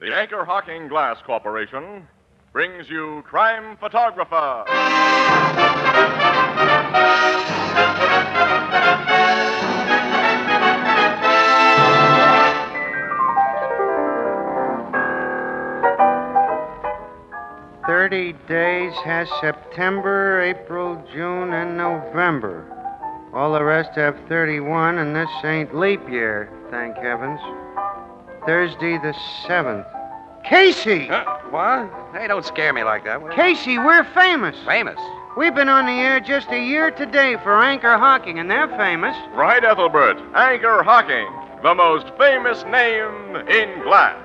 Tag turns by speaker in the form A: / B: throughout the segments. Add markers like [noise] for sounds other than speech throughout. A: The Anchor Hawking Glass Corporation brings you Crime Photographer.
B: Thirty days has September, April, June, and November. All the rest have 31, and this ain't leap year, thank heavens. Thursday the 7th. Casey!
C: What? Hey, don't scare me like that. What-
B: Casey, we're famous.
C: Famous.
B: We've been on the air just a year today for Anchor Hawking, and they're famous.
A: Right, Ethelbert, Anchor Hawking, the most famous name in glass.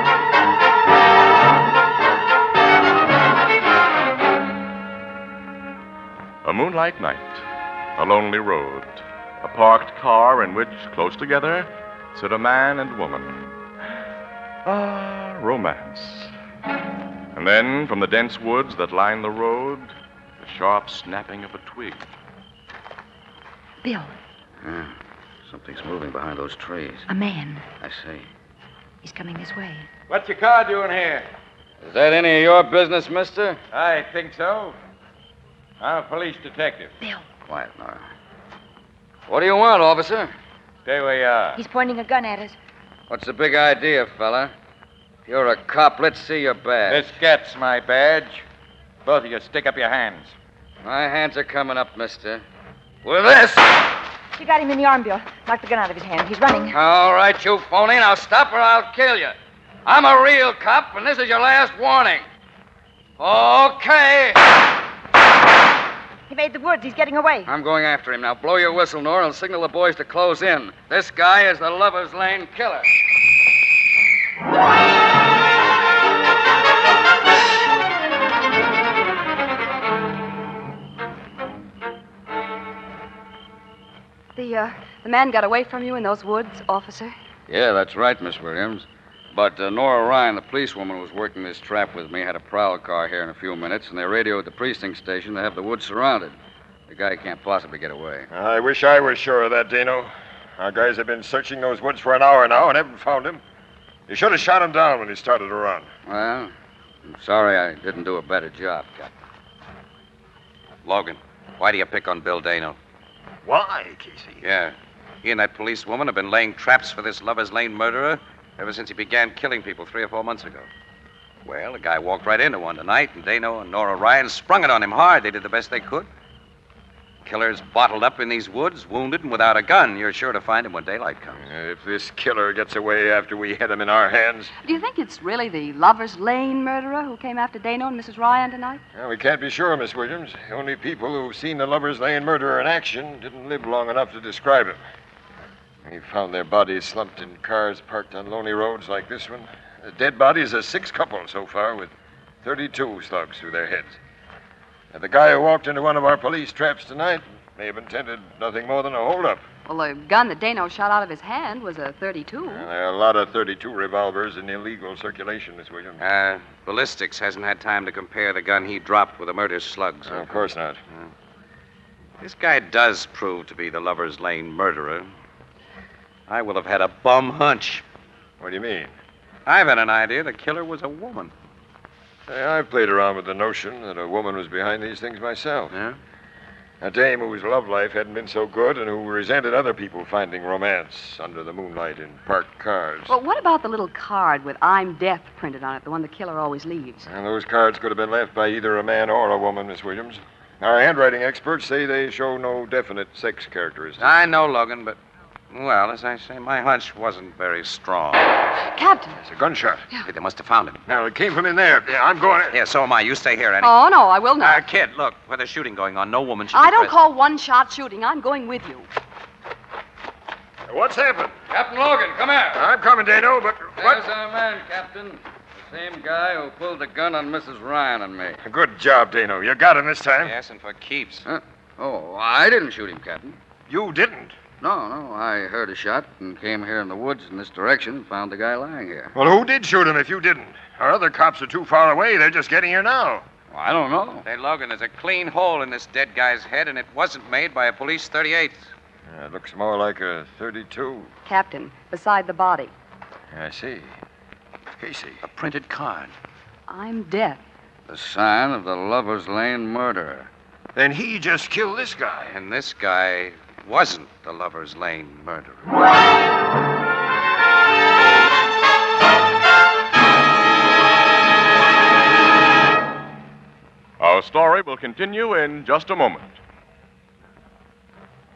A: A moonlight night, a lonely road, a parked car in which, close together, sit a man and woman. Ah, romance. And then, from the dense woods that line the road, the sharp snapping of a twig.
D: Bill,
E: Yeah. Ah, Something's moving behind those trees.
D: a man.
E: I see.
D: He's coming this way.
F: What's your car doing here?
E: Is that any of your business, mister?
F: I think so. I'm a police detective.
D: Bill,
E: Quiet, Nora. What do you want, officer?
F: There we are.
D: he's pointing a gun at us.
E: What's the big idea, fella? If you're a cop, let's see your badge.
F: This gets my badge. Both of you stick up your hands.
E: My hands are coming up, mister. With this!
D: You got him in the arm, Bill. Knock the gun out of his hand. He's
G: Uh.
D: running.
E: All right, you phony. Now stop or I'll kill you. I'm a real cop, and this is your last warning. Okay.
D: He made the woods. He's getting away.
G: Uh.
E: I'm going after him. Now blow your whistle, Nora, and signal the boys to close in. This guy is the Lover's Lane killer.
G: The, uh, the man got away from you in those woods, officer?
E: Yeah, that's right, Miss Williams. But uh, Nora Ryan, the policewoman who was working this trap with me, had a prowl car here in a few minutes, and they radioed the precinct station to have the woods surrounded. The guy can't possibly get away.
H: I wish I were sure of that, Dino. Our guys have been searching those woods for an hour now and haven't found him. You should have shot him down when he started to run.
E: Well, I'm sorry I didn't do a better job, Captain.
C: Logan, why do you pick on Bill Dano?
H: Why, Casey?
C: Yeah. He and that policewoman have been laying traps for this Lover's Lane murderer ever since he began killing people three or four months ago. Well, the guy walked right into one tonight, and Dano and Nora Ryan sprung it on him hard. They did the best they could. Killer's bottled up in these woods, wounded and without a gun. You're sure to find him when daylight comes.
H: If this killer gets away after we had him in our hands,
G: Do you think it's really the Lover's Lane murderer who came after Dano and Mrs. Ryan tonight?
H: well, we can't be sure, Miss Williams. The only people who've seen the Lover's Lane murderer in action didn't live long enough to describe him. We found their bodies slumped in cars parked on lonely roads like this one. The dead bodies of six couples so far, with 32 slugs through their heads. And the guy who walked into one of our police traps tonight may have intended nothing more than a holdup.
G: Well, the gun that Dano shot out of his hand was a 32.
H: Well, there are a lot of 32 revolvers in illegal circulation, Miss Williams.
C: Uh, ballistics hasn't had time to compare the gun he dropped with the murder slug. so-
H: of course not.
C: This guy does prove to be the Lover's Lane murderer. I will have had a bum hunch.
H: What do you mean?
C: I've had an idea the killer was a woman.
H: Hey, I've played around with the notion that a woman was behind these things myself.
C: Yeah?
H: A dame whose love life hadn't been so good and who resented other people finding romance under the moonlight in parked cars.
G: Well, what about the little card with I'm Death printed on it, the one the killer always leaves?
H: And those cards could have been left by either a man or a woman, Miss Williams. Our handwriting experts say they show no definite sex characteristics.
C: I know, Logan, but Well, as I say, my hunch wasn't very strong.
G: Captain.
H: It's a gunshot.
C: Hey, they must have found him.
H: Now, it came from in there. Yeah, I'm going.
C: Yeah, so am I. You stay here, Annie.
G: Oh, no, I will
C: Uh,
G: not.
C: kid, look, where there's shooting going on, no woman should
G: I
C: be
G: don't
C: present.
G: call one shot shooting. I'm going with you.
H: What's happened?
E: Captain Logan, come
C: Uh,
E: here.
H: I'm coming, Dano, but
E: There's our man, Captain. The same guy who pulled the gun on Mrs. Ryan and me.
H: Good job, Dano. You got him this time.
C: Yes, and for keeps.
E: Oh, I didn't shoot him, Captain.
H: You didn't.
E: No, no. I heard a shot and came here in the woods in this direction and found the guy lying here.
H: Well, who did shoot him if you didn't? Our other cops are too far away. They're just getting here now.
E: Well, I don't know.
C: Hey, Logan, there's a clean hole in this dead guy's head, and it wasn't made by a police 38.
H: Uh, it looks more like a 32.
G: Captain, beside the body.
H: I see. Casey.
C: A printed card.
G: I'm death.
E: The sign of the Lover's Lane murderer.
H: Then he just killed this guy.
C: And this guy wasn't the Lover's Lane murderer.
A: Our story will continue in just a moment.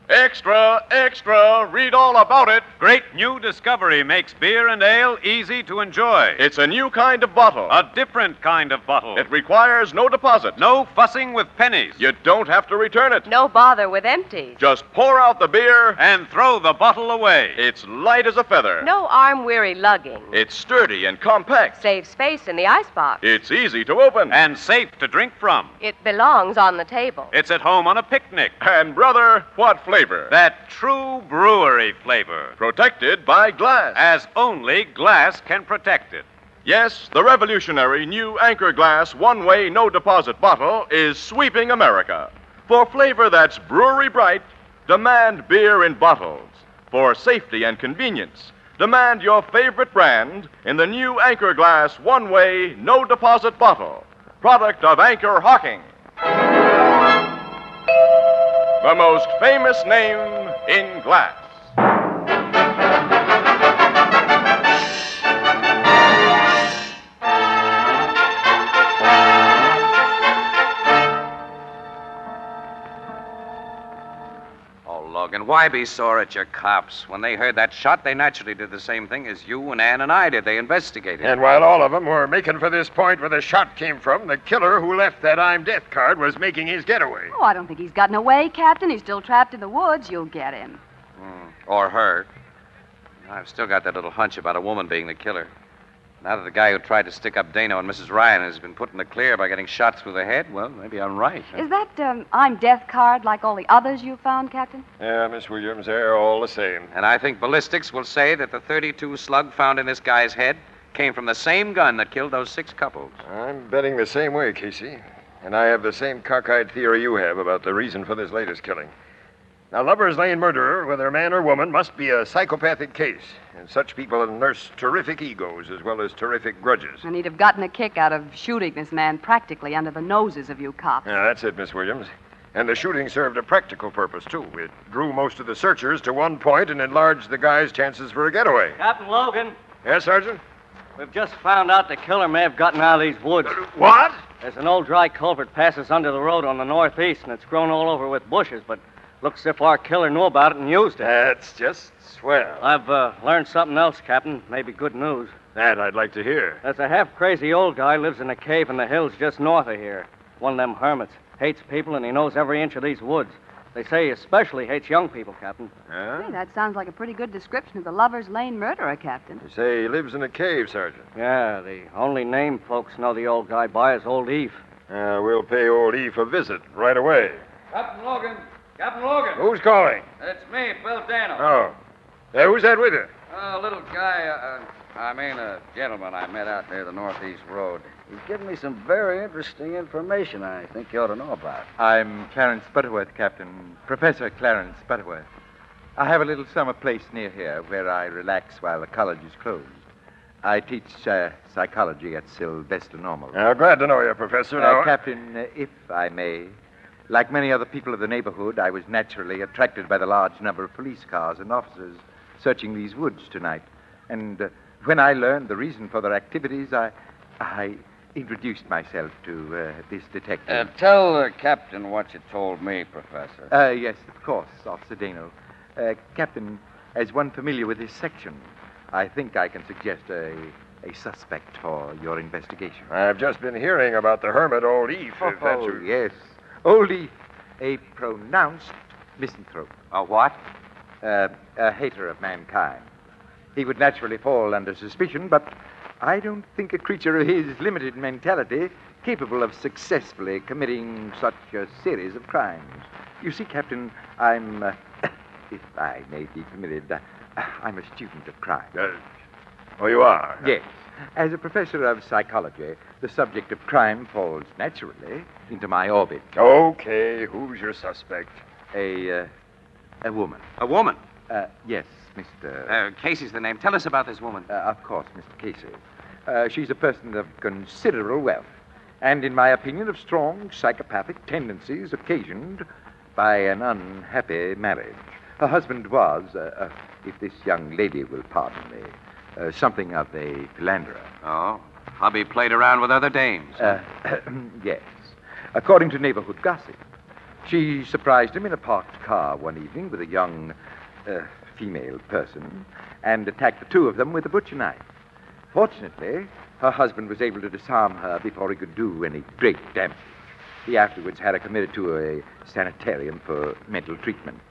A: Extra, extra, read all about it.
I: Great new discovery makes beer and ale easy to enjoy.
A: It's a new kind of bottle.
I: A different kind of bottle.
A: It requires no deposit.
I: No fussing with pennies.
A: You don't have to return it.
D: No bother with empties.
A: Just pour out the beer.
I: And throw the bottle away.
A: It's light as a feather.
D: No arm weary lugging.
A: It's sturdy and compact.
D: Saves space in the icebox.
A: It's easy to open.
I: And safe to drink from.
D: It belongs on the table.
I: It's at home on a picnic.
A: And brother, what flavor?
I: That true brewery flavor.
A: Protected by glass.
I: As only glass can protect it.
A: Yes, the revolutionary new Anchor Glass one way no deposit bottle is sweeping America. For flavor that's brewery bright, demand beer in bottles. For safety and convenience, demand your favorite brand in the new Anchor Glass one way no deposit bottle, product of Anchor Hawking. The most famous name in glass.
C: Oh, Logan, why be sore at your cops? When they heard that shot, they naturally did the same thing as you and Ann and I did. They investigated.
H: And while all of them were making for this point where the shot came from, the killer who left that I'm death card was making his getaway.
G: Oh, I don't think he's gotten away, Captain. He's still trapped in the woods. You'll get him.
C: Mm, or her. I've still got that little hunch about a woman being the killer. Now that the guy who tried to stick up Dano and Mrs. Ryan has been put in the clear by getting shot through the head, well, maybe I'm right. huh?
G: Is that um, I'm death card like all the others you found, Captain?
H: Yeah, Miss Williams, they're all the same.
C: And I think ballistics will say that the 32 slug found in this guy's head came from the same gun that killed those six couples.
H: I'm betting the same way, Casey. And I have the same cockeyed theory you have about the reason for this latest killing. Now, Lover's Lane murderer, whether a man or woman, must be a psychopathic case. And such people nurse terrific egos as well as terrific grudges.
G: And he'd have gotten a kick out of shooting this man practically under the noses of you cops.
H: Yeah, that's it, Miss Williams. And the shooting served a practical purpose, too. It drew most of the searchers to one point and enlarged the guy's chances for a getaway.
J: Captain Logan,
H: Yes, Sergeant?
J: we've just found out the killer may have gotten out of these woods.
H: Uh, What?
J: There's an old dry culvert passes under the road on the northeast, and it's grown all over with bushes, but looks as if our killer knew about it and used it.
H: That's just swell.
J: I've uh, learned something else, Captain. Maybe good news.
H: That I'd like to hear.
J: There's a half crazy old guy lives in a cave in the hills just north of here. One of them hermits. Hates people, and he knows every inch of these woods. They say he especially hates young people, Captain.
H: Huh?
G: Hey, Hmm, that sounds like a pretty good description of the Lover's Lane murderer, Captain.
H: You say he lives in a cave, Sergeant.
J: Yeah, the only name folks know the old guy by is Old Eve.
H: Uh, we'll pay old Eve a visit right away.
I: Captain Logan. Captain Logan.
H: Who's calling?
I: It's me, Bill Dano.
H: Oh. Uh, who's that with you?
E: A little guy, uh, uh, I mean a gentleman I met out there the Northeast Road. He's given me some very interesting information I think you ought to know about.
F: I'm Clarence Butterworth, Captain. Professor Clarence Butterworth. I have a little summer place near here where I relax while the college is closed. I teach uh, psychology at Sylvester Normal.
H: Uh, glad to know you, Professor. Now,
F: Uh, Captain, uh, if I may, like many other people of the neighborhood, I was naturally attracted by the large number of police cars and officers searching these woods tonight. And uh, when I learned the reason for their activities, I, I introduced myself to uh, this
E: Uh,
F: detective.
E: tell the captain what you told me, Professor.
F: Uh, yes, of course, Officer Dano. Uh, Captain, As one familiar with his section, I think I can suggest a, a suspect for your investigation.
H: I've just been hearing about the hermit old Eve.
F: Oh,
H: if that's who-
F: yes. Old Leaf, a pronounced misanthrope. A what? a hater of mankind. He would naturally fall under suspicion, but I don't think a creature of his limited mentality capable of successfully committing such a series of crimes. You see, Captain, I'm, [coughs] uh, if I may be permitted, uh, I'm a student of crime.
H: Oh, you are?
F: Yes. As a professor of psychology, the subject of crime falls naturally into my orbit.
H: Oh. Okay, who's your suspect?
F: A, uh, a woman.
C: A woman.
F: Uh, yes, Mr.
C: Uh, Casey's the name. Tell us about this woman.
F: Uh, of course, Mr. Casey. Uh, she's a person of considerable wealth, and in my opinion, of strong psychopathic tendencies occasioned by an unhappy marriage. Her husband was, uh, uh, if this young lady will pardon me, uh, something of a philanderer.
C: Oh, hubby played around with other dames.
F: Uh, [coughs] yes. According to neighborhood gossip, she surprised him in a parked car one evening with a young uh, female person and attacked the two of them with a butcher knife. Fortunately, her husband was able to disarm her before he could do any great damage. He afterwards had her committed to a sanitarium for mental treatment,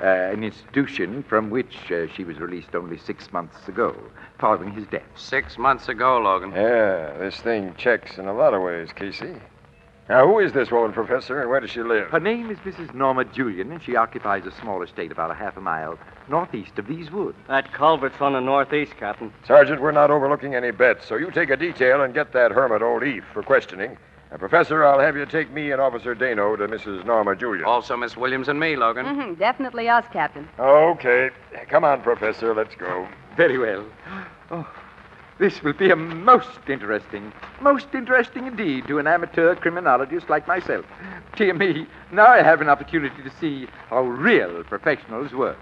F: uh, an institution from which uh, she was released only six months ago, following his death.
C: Six months ago, Logan.
H: Yeah, this thing checks in a lot of ways, Casey. Now, who is this woman, Professor, and where does she live?
F: Her name is Mrs. Norma Julian, and she occupies a small estate about a half a mile northeast of these woods.
J: That culvert's on the northeast, Captain.
H: Sergeant, we're not overlooking any bets, so you take a detail and get that hermit, old Eve, for questioning. And, Professor, I'll have you take me and Officer Dano to Mrs. Norma Julian.
C: Also, Miss Williams and me, Logan.
G: Mm-hmm, definitely us, Captain.
H: Okay. Come on, Professor, let's go.
F: Very well. Oh, this will be a most interesting, most interesting indeed to an amateur criminologist like myself. Dear me, now I have an opportunity to see how real professionals work.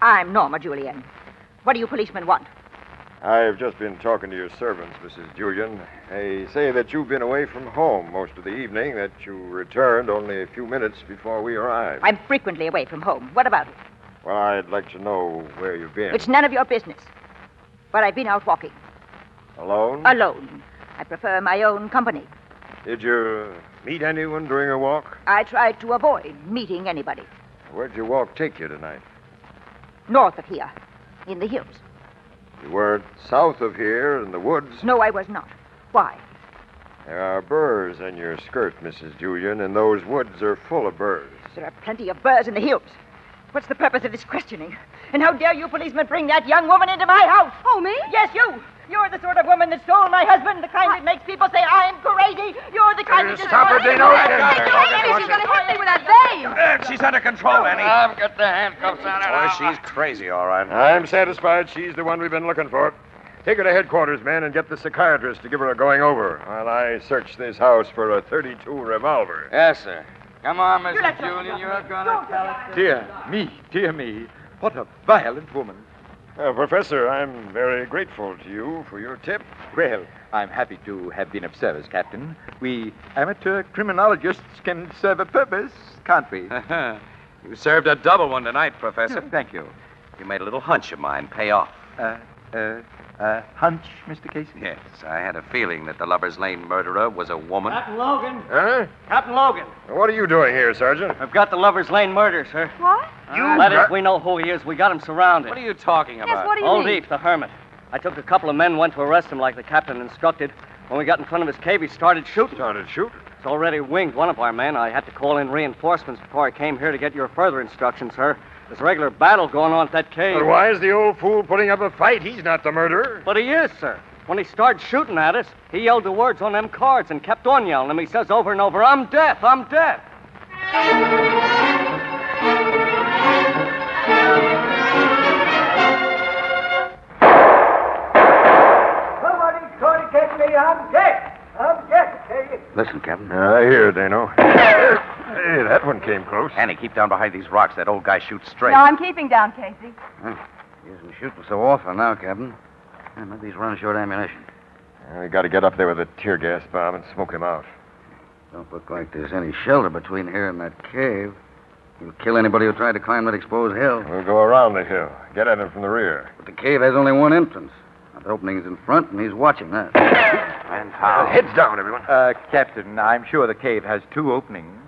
D: I'm Norma Julian. What do you policemen want?
H: I've just been talking to your servants, Mrs. Julian. They say that you've been away from home most of the evening, that you returned only a few minutes before we arrived.
D: I'm frequently away from home. What about it?
H: Well, I'd like to know where you've been.
D: It's none of your business. But I've been out walking.
H: Alone?
G: Mm.
D: Alone. I prefer my own company.
H: Did you meet anyone during your walk?
D: I try to avoid meeting anybody.
H: Where'd your walk take you tonight?
D: North of here, in the hills.
H: You were south of here in the woods.
D: No, I was not. Why?
H: There are burrs in your skirt, Mrs. Julian, and those woods are full of burrs.
D: There are plenty of birds in the hills. What's the purpose of this questioning? And how dare you policemen bring that young woman into my house?
G: Oh, me?
D: Yes, you! You're the sort of woman that stole my husband, the kind that makes people say I'm crazy. You're the kind that
K: Just stop her, Dino.
D: Wait,
K: Let her
D: wait,
K: go.
D: wait,
K: Logan,
D: wait,
K: watch
D: she's
K: her.
D: gonna hit me with that vein.
K: Uh, she's under control, Annie.
E: I've got the handcuffs on
C: Boy, she's crazy, all right.
H: I'm satisfied she's the one we've been looking for. Take her to headquarters, men, and get the psychiatrist to give her a going over while I search this house for a 32 revolver.
E: Yes, sir. Come on,
D: You
E: Mr.
D: let yourself
E: Julian.
D: go.
E: You're gonna tell us.
F: Dear me, dear me, what a violent woman.
H: Uh, Professor, I'm very grateful to you for your tip.
F: Well, I'm happy to have been of service, Captain. We amateur criminologists can serve a purpose, can't [laughs] we?
C: you served a double one tonight, Professor.
F: Thank you.
C: You made a little hunch of mine pay off.
F: Uh, uh, uh, hunch, Mr. Casey?
C: Yes, I had a feeling that the Lover's Lane murderer was a woman.
J: Captain Logan.
H: Huh?
J: Captain Logan.
H: What are you doing here, Sergeant?
J: I've got the Lover's Lane murder, sir.
G: What?
J: You that is, we know who he is. We got him surrounded.
C: What are you talking about?
G: Yes, what do you
J: Old
G: mean?
J: Eve, the hermit. I took a couple of men, went to arrest him like the captain instructed. When we got in front of his cave, he started shooting.
H: Started shooting.
J: It's already winged one of our men. I had to call in reinforcements before I came here to get your further instructions, sir. There's a regular battle going on at that cave.
H: But why is the old fool putting up a fight? He's not the murderer.
J: But he is, sir. When he started shooting at us, he yelled the words on them cards and kept on yelling them. He says over and over, I'm deaf, I'm deaf.
K: Somebody's going to get me. I'm dead. I'm dead, say
E: Listen, Captain.
H: I hear, Uh, Dano. hey, that one came close.
C: Annie, keep down behind these rocks. That old guy shoots straight.
G: No, I'm keeping down, Casey.
E: He isn't shooting so awful now, Captain. Yeah, maybe he's running short ammunition.
H: Yeah, we got to get up there with a tear gas bomb and smoke him out.
E: Don't look like there's any shelter between here and that cave. You'll kill anybody who tried to climb that exposed hill.
H: We'll go around the hill. Get at him from the rear.
E: But the cave has only one entrance. That opening's in front, and he's watching that.
F: And
E: foul.
F: heads down, everyone. Uh, Captain, I'm sure the cave has two openings.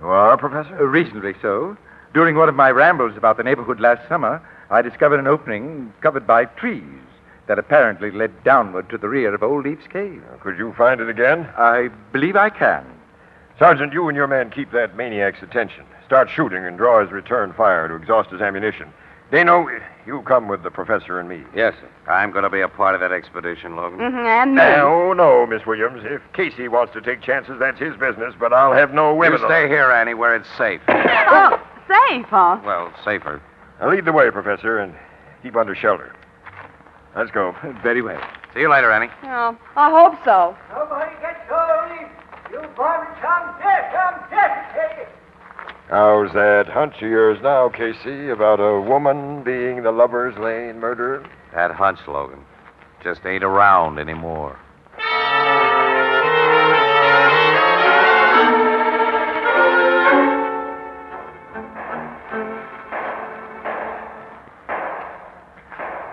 F: You are, Professor? reasonably so. During one of my rambles about the neighborhood last summer, I discovered an opening covered by trees that apparently led downward to the rear of Old Eve's cave.
H: Could you find it again?
F: I believe I can.
H: Sergeant, you and your man keep that maniac's attention. Start shooting and draw his return fire to exhaust his ammunition. Dano, you come with the professor and me.
E: Yes,
H: sir. I'm going to be a part of that expedition, Logan.
G: Mhm, and me.
H: No, no, Miss Williams. If Casey wants to take chances, that's his business, but I'll have no women.
C: You stay here, Annie, where it's safe.
G: Oh, safe, huh?
H: Well, safer. Now lead the way, Professor, and keep under shelter. Let's go. Very well.
C: See you later, Annie.
G: Oh, I hope so.
K: Nobody gets going. You varmints, I'm dead. I'm dead.
H: How's that hunch of yours now, Casey, about a woman being the Lover's Lane murderer?
C: That hunch, Logan, just ain't around anymore.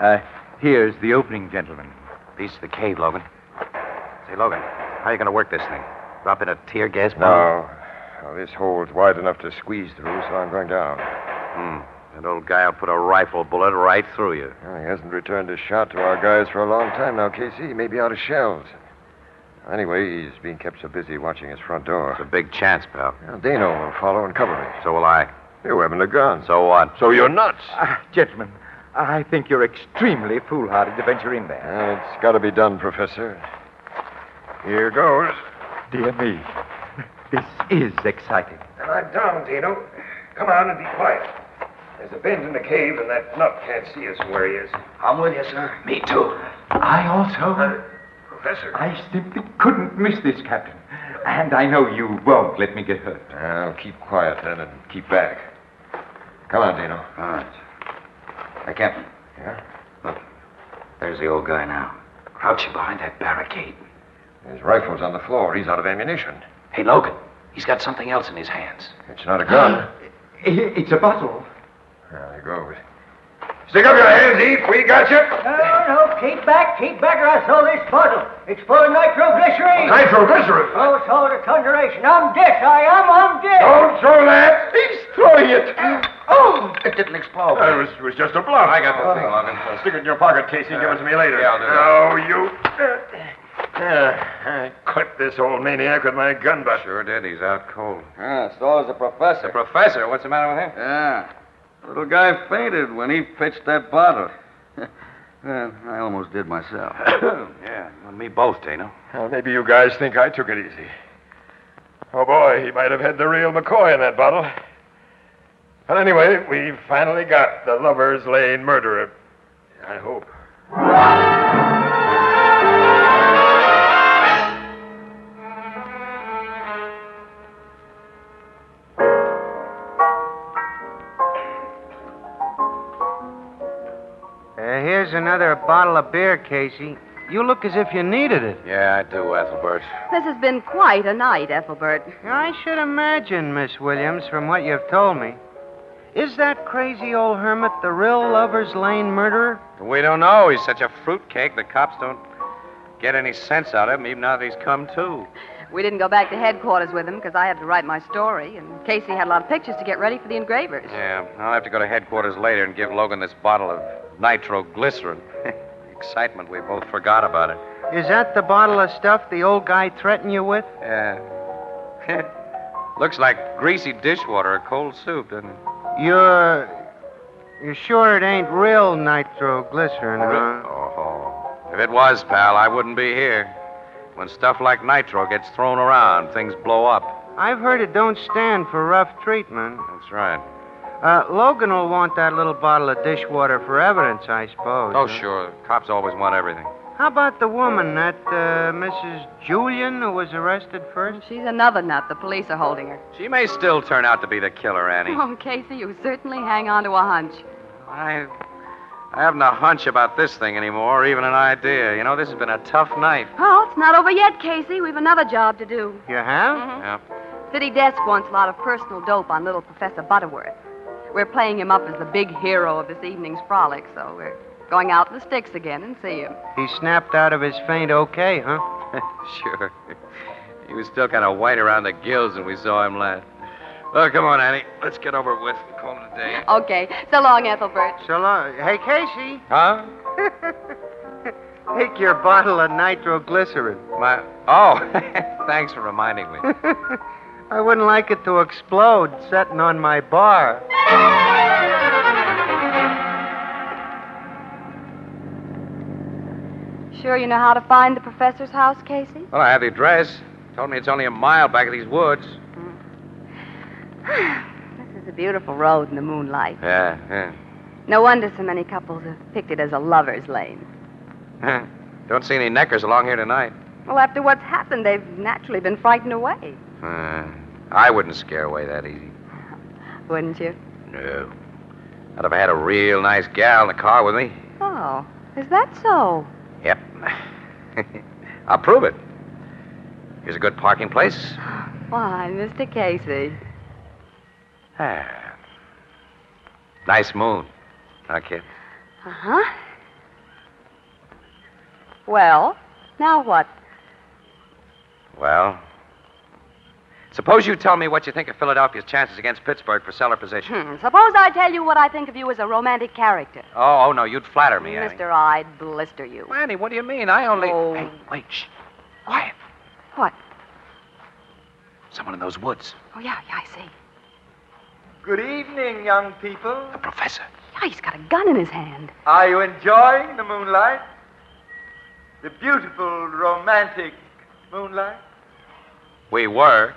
F: Uh, here's the opening, gentlemen.
C: Piece of the cave, Logan. Say, Logan, how are you going to work this thing? Drop in a tear gas bomb?
H: No. Now, this hole's wide enough to squeeze through, so I'm going down.
C: That old guy will put a rifle bullet right through you.
H: Well, he hasn't returned a shot to our guys for a long time now, Casey. He may be out of shells. Anyway, he's being kept so busy watching his front door. It's
C: a big chance, pal.
H: Dano will follow and cover me.
C: So will I.
H: You haven't a gun.
C: So what?
H: So you're nuts.
F: Ah, gentlemen, I think you're extremely foolhardy to venture in there.
H: Well, it's got to be done, Professor. Here goes.
F: Dear me, [laughs] this is exciting.
H: And I'm down, Dino. Come on and be quiet. There's a bend in the cave, and that nut can't see us from where he is. I'm with you, sir. Uh,
K: Me too.
F: I also.
H: Professor.
F: I simply couldn't miss this, Captain. And I know you won't let me get hurt.
H: Well, keep quiet then and keep back. Come on, Dino.
E: All right. Hey, Captain.
H: Yeah?
E: Look. There's the old guy now. Crouching behind that barricade.
H: His rifle's on the floor. He's out of ammunition.
L: Hey, Logan, he's got something else in his hands.
H: It's not a gun.
F: It's a bottle.
H: There he goes. Stick up your hands, Eve. We got you.
K: No, no, keep back, keep back, or I throw this bottle. It's full of nitroglycerine.
H: Nitroglycerin?
K: Oh, it's all the thunderation. I'm dead, I am, I'm dead.
H: Don't throw that. He's throwing it.
K: Oh!
H: It didn't explode. it, was, it was just a bluff. I got the thing, Logan. stick it in your pocket, Casey. Give it to me later.
C: yeah, I'll do that.
H: No, you. Yeah, uh, I clipped this old maniac with my gun butt.
C: Sure did. He's out cold.
E: Ah, so is the professor. The
C: professor? What's the matter
H: [coughs]
C: with him?
E: Yeah. Little guy fainted when he pitched that bottle. [laughs] Well, I almost did myself.
C: yeah, you and me both, Dano.
H: Well, maybe you guys think I took it easy. Oh, boy, he might have had the real McCoy in that bottle. But anyway, we finally got the Lover's Lane murderer. I hope.
B: Uh, here's another bottle of beer, Casey. You look as if you needed it.
C: Yeah, I do, Ethelbert.
G: This has been quite a night, Ethelbert.
B: I should imagine, Miss Williams, from what you've told me. Is that crazy old hermit the real Lover's Lane murderer?
C: We don't know. He's such a fruitcake, the cops don't get any sense out of him, even now that he's come to.
G: We didn't go back to headquarters with him because I had to write my story, and Casey had a lot of pictures to get ready for the engravers.
C: Yeah, I'll have to go to headquarters later and give Logan this bottle of nitroglycerin. [laughs] Excitement, we both forgot about it.
B: Is that the bottle of stuff the old guy threatened you with?
C: Yeah. [laughs] Looks like greasy dishwater or cold soup, doesn't it?
B: You're. You're sure it ain't real nitroglycerin,
E: Uh-huh.
B: huh?
C: Oh, if it was, pal, I wouldn't be here. When stuff like nitro gets thrown around, things blow up.
B: I've heard it don't stand for rough treatment.
C: That's right.
B: Uh, Logan will want that little bottle of dishwater for evidence, I suppose.
C: Oh,
B: huh?
C: sure. Cops always want everything.
B: How about the woman, that uh, Mrs. Julian, who was arrested first?
G: She's another nut. The police are holding her.
C: She may still turn out to be the killer, Annie.
G: Oh, Casey, you certainly hang on to a hunch.
C: I I haven't a hunch about this thing anymore, or even an idea. You know, this has been a tough night.
G: Well, it's not over yet, Casey. We've another job to do.
B: You have?
C: Yeah.
G: City Desk wants a lot of personal dope on little Professor Butterworth. We're playing him up as the big hero of this evening's frolic, so we're going out in the sticks again and see him.
B: He snapped out of his faint okay, huh?
C: sure. He was still kind of white around the gills when we saw him last. Oh, come on, Annie. Let's get over with and call it a day.
G: Okay. So long, Ethelbert.
B: So long. Hey, Casey. [laughs]
C: Huh?
B: Take your bottle of nitroglycerin.
C: My. Oh, [laughs] thanks for reminding me.
B: [laughs] I wouldn't like it to explode sitting on my bar.
G: Sure you know how to find the professor's house, Casey?
C: Well, I have the address. Told me it's only a mile back of these woods.
G: This is a beautiful road in the moonlight.
C: Yeah, yeah.
G: No wonder so many couples have picked it as a lover's lane.
C: Huh. [laughs] Don't see any neckers along here tonight.
G: Well, after what's happened, they've naturally been frightened away,
C: Uh, I wouldn't scare away that easy.
G: wouldn't you?
C: No. I'd have had a real nice gal in the car with me.
G: Oh, is that so?
C: Yep. [laughs] I'll prove it. Here's a good parking place.
G: Why, Mr. Casey.
C: Ah. Nice moon. Huh, kid?
G: Uh huh. Well, now what?
C: Well, suppose you tell me what you think of Philadelphia's chances against Pittsburgh for cellar position.
G: Hmm, Suppose I tell you what I think of you as a romantic character.
C: Oh, oh, no, you'd flatter me, Annie.
G: Mister, I'd blister you.
C: Annie, what do you mean? I only.
G: Oh.
C: Hey, wait, shh. Quiet.
G: What?
L: Someone in those woods.
G: Oh, yeah, yeah, I see.
F: Good evening, young people.
L: The professor.
G: Yeah, he's got a gun in his hand.
F: Are you enjoying the moonlight? The beautiful, romantic moonlight?
C: We were.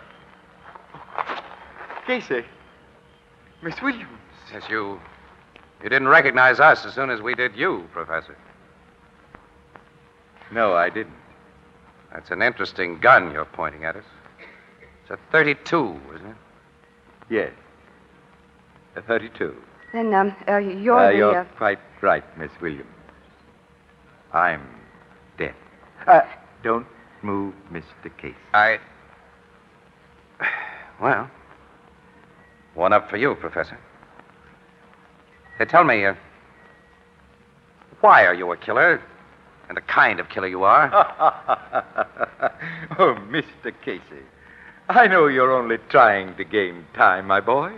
F: Casey. Miss Williams.
C: Since you. You didn't recognize us as soon as we did you, Professor.
F: No, I didn't.
C: That's an interesting gun you're pointing at us. It's a 32, isn't it?
F: Yes. A 32.
G: Then, um, uh, you're
F: Uh,
G: the.
F: you're
G: uh,
F: quite right, Miss Williams. I'm dead. Uh, don't move, Mr. Casey.
C: I. [sighs] Well, one up for you, Professor. They tell me, uh, why are you a killer, and the kind of killer you are?
F: [laughs] oh, Mr. Casey, I know you're only trying to gain time, my boy,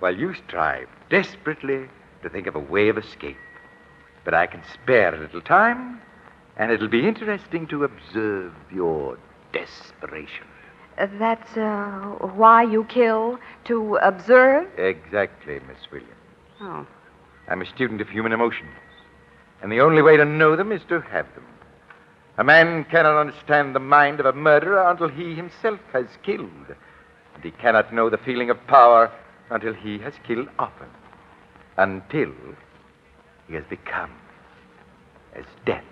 F: while you strive desperately to think of a way of escape. But I can spare a little time, and it'll be interesting to observe your desperation.
G: Uh, That's uh, why you kill to observe.
F: Exactly, Miss Williams.
G: Oh,
F: I'm a student of human emotions, and the only way to know them is to have them. A man cannot understand the mind of a murderer until he himself has killed, and he cannot know the feeling of power until he has killed often, until he has become as death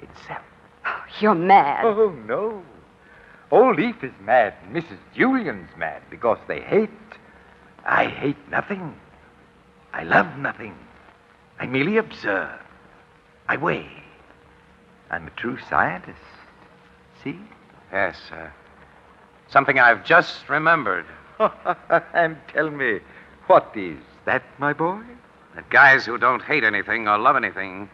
F: itself.
G: you're mad.
F: Oh, no. Old Eve is mad. Mrs. Julian's mad because they hate. I hate nothing. I love nothing. I merely observe. I weigh. I'm a true scientist. See? [laughs]
C: Yes, uh, something I've just remembered.
F: and tell me, what is that, my boy?
C: That guys who don't hate anything or love anything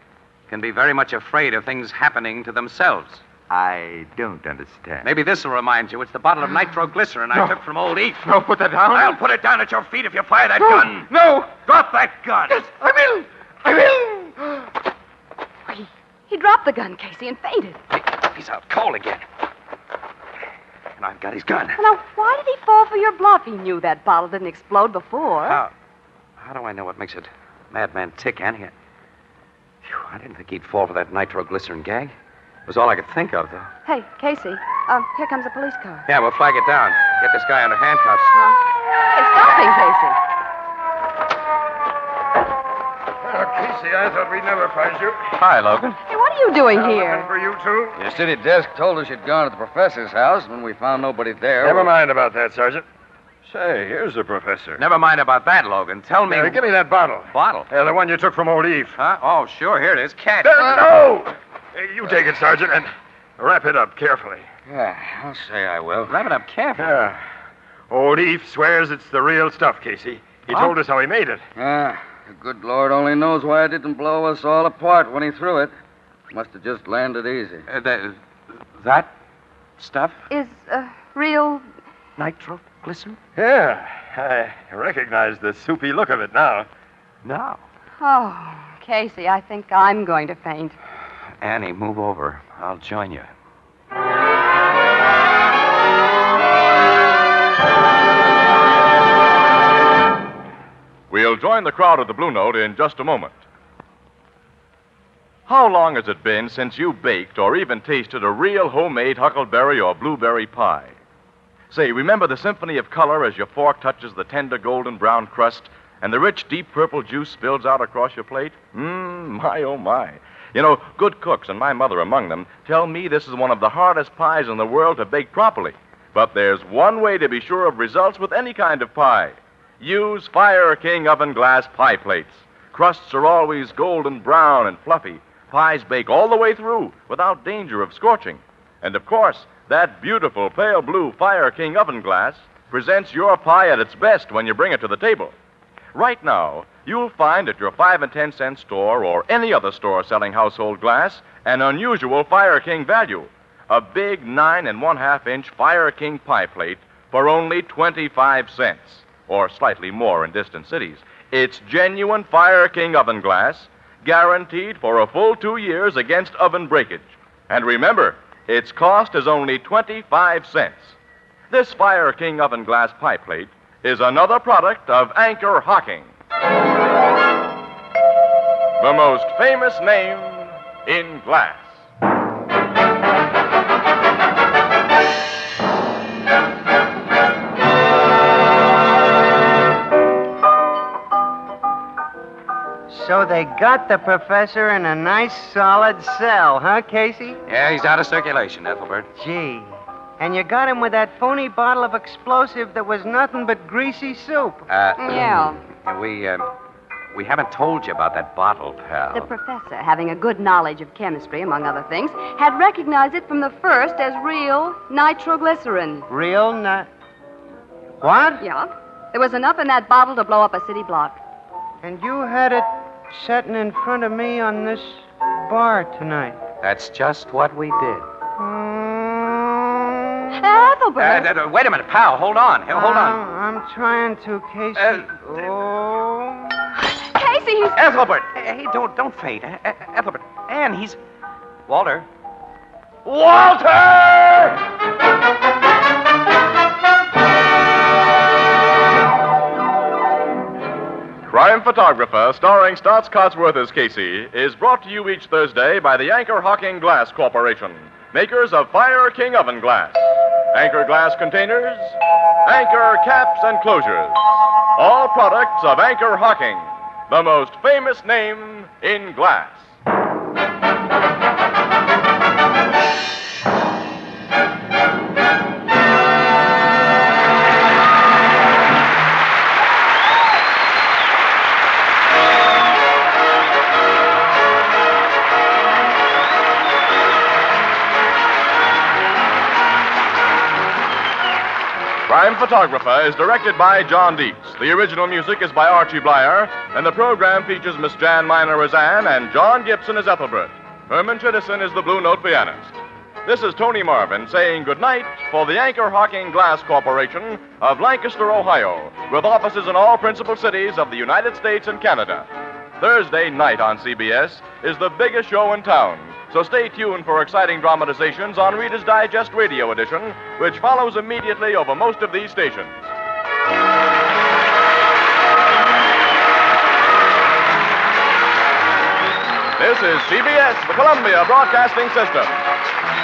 C: can be very much afraid of things happening to themselves.
F: I don't understand.
C: Maybe this will remind you. It's the bottle of nitroglycerin I
F: No.
C: took from old Eve.
F: No, put that down.
C: I'll put it down at your feet if you fire that
F: No,
C: gun.
F: No!
C: Drop that gun.
F: Yes, I will! I will!
G: He dropped the gun, Casey, and fainted.
L: He's out cold again. And I've got his gun.
G: Well, now, why did he fall for your bluff? He knew that bottle didn't explode before.
C: How, how do I know what makes it madman tick, Annie? I, Phew, I didn't think he'd fall for that nitroglycerin gag. It was all I could think of, though.
G: Hey, Casey, um, here comes a police car.
C: Yeah, we'll flag it down. Get this guy under handcuffs.
G: Hey, stop him, Casey.
H: Oh, Casey, I thought we'd never find you.
E: Hi, Logan.
G: Hey, what are you doing
H: Looking
G: here?
H: for you, too?
E: Your city desk told us you'd gone to the professor's house when we found nobody there.
H: Never mind about that, Sergeant. Say, here's the professor.
L: Never mind about that, Logan. Tell me.
H: Hey, give me that bottle.
L: Bottle?
H: Yeah, the one you took from old Eve.
L: Huh? Oh, sure. Here it is. Cat.
H: Uh, no! Hey, you take it, Sergeant, and wrap it up carefully.
E: Yeah, I'll say I will.
L: Wrap it up carefully.
H: Yeah. Old Eve swears it's the real stuff, Casey. He
E: Huh?
H: told us how he made it.
E: Ah, the good Lord only knows why it didn't blow us all apart when he threw it. Must have just landed easy.
L: that, that stuff?
G: Is uh, real.
L: Nitroglycerin?
H: Yeah, I recognize the soupy look of it now.
L: No.
G: Oh, Casey, I think I'm going to faint.
L: Annie, move over. I'll join you.
A: We'll join the crowd at the Blue Note in just a moment. How long has it been since you baked or even tasted a real homemade huckleberry or blueberry pie? Say, remember the symphony of color as your fork touches the tender golden brown crust and the rich deep purple juice spills out across your plate? Mmm, my oh my. You know, good cooks, and my mother among them, tell me this is one of the hardest pies in the world to bake properly. But there's one way to be sure of results with any kind of pie. Use Fire King oven glass pie plates. Crusts are always golden brown and fluffy. Pies bake all the way through without danger of scorching. And of course, that beautiful pale blue Fire King oven glass presents your pie at its best when you bring it to the table. Right now, you'll find at your 5 and 10 cent store or any other store selling household glass an unusual Fire King value. A big 9 and 1 half inch Fire King pie plate for only 25 cents, or slightly more in distant cities. It's genuine Fire King oven glass, guaranteed for a full two years against oven breakage. And remember, its cost is only 25 cents. This Fire King oven glass pie plate is another product of Anchor Hocking, the most famous name in glass.
B: So they got the professor in a nice solid cell, huh, Casey?
L: Yeah, he's out of circulation, Ethelbert.
B: Gee. And you got him with that phony bottle of explosive that was nothing but greasy soup.
L: Uh,
G: Yeah.
L: We, uh, we haven't told you about that uh, bottle, pal.
G: The professor, having a good knowledge of chemistry, among other things, had recognized it from the first as real nitroglycerin.
B: Real nut. What?
G: Yeah. There was enough in that bottle to blow up a city block.
B: And you had it sitting in front of me on this bar tonight.
L: That's just what we did.
G: Hmm. Ethelbert!
L: Uh, that- uh, wait a minute, pal. Hold on. Here, Hold on. Uh,
B: Oh, I'm trying to, Casey. oh.
G: Casey, he's.
L: Ethelbert. Eh, Hey, don't don't faint. E- E- Ethelbert. Ann, he's. Walter. Walter!
A: Crime Photographer, starring Stotts Cotsworth as Casey, is brought to you each Thursday by the Anchor Hocking Glass Corporation, makers of Fire King oven glass, Anchor glass containers, Anchor caps and closures. All products of Anchor Hocking, the most famous name in glass. Crime Photographer is directed by John Dietz. The original music is by Archie Blyer, and the program features Miss Jan Minor as Anne and John Gibson as Ethelbert. Herman Chittison is the Blue Note pianist. This is Tony Marvin saying goodnight for the Anchor Hocking Glass Corporation of Lancaster, Ohio, with offices in all principal cities of the United States and Canada. Thursday night on CBS is the biggest show in town, so stay tuned for exciting dramatizations on Reader's Digest Radio Edition, which follows immediately over most of these stations. This is CBS, the Columbia Broadcasting System.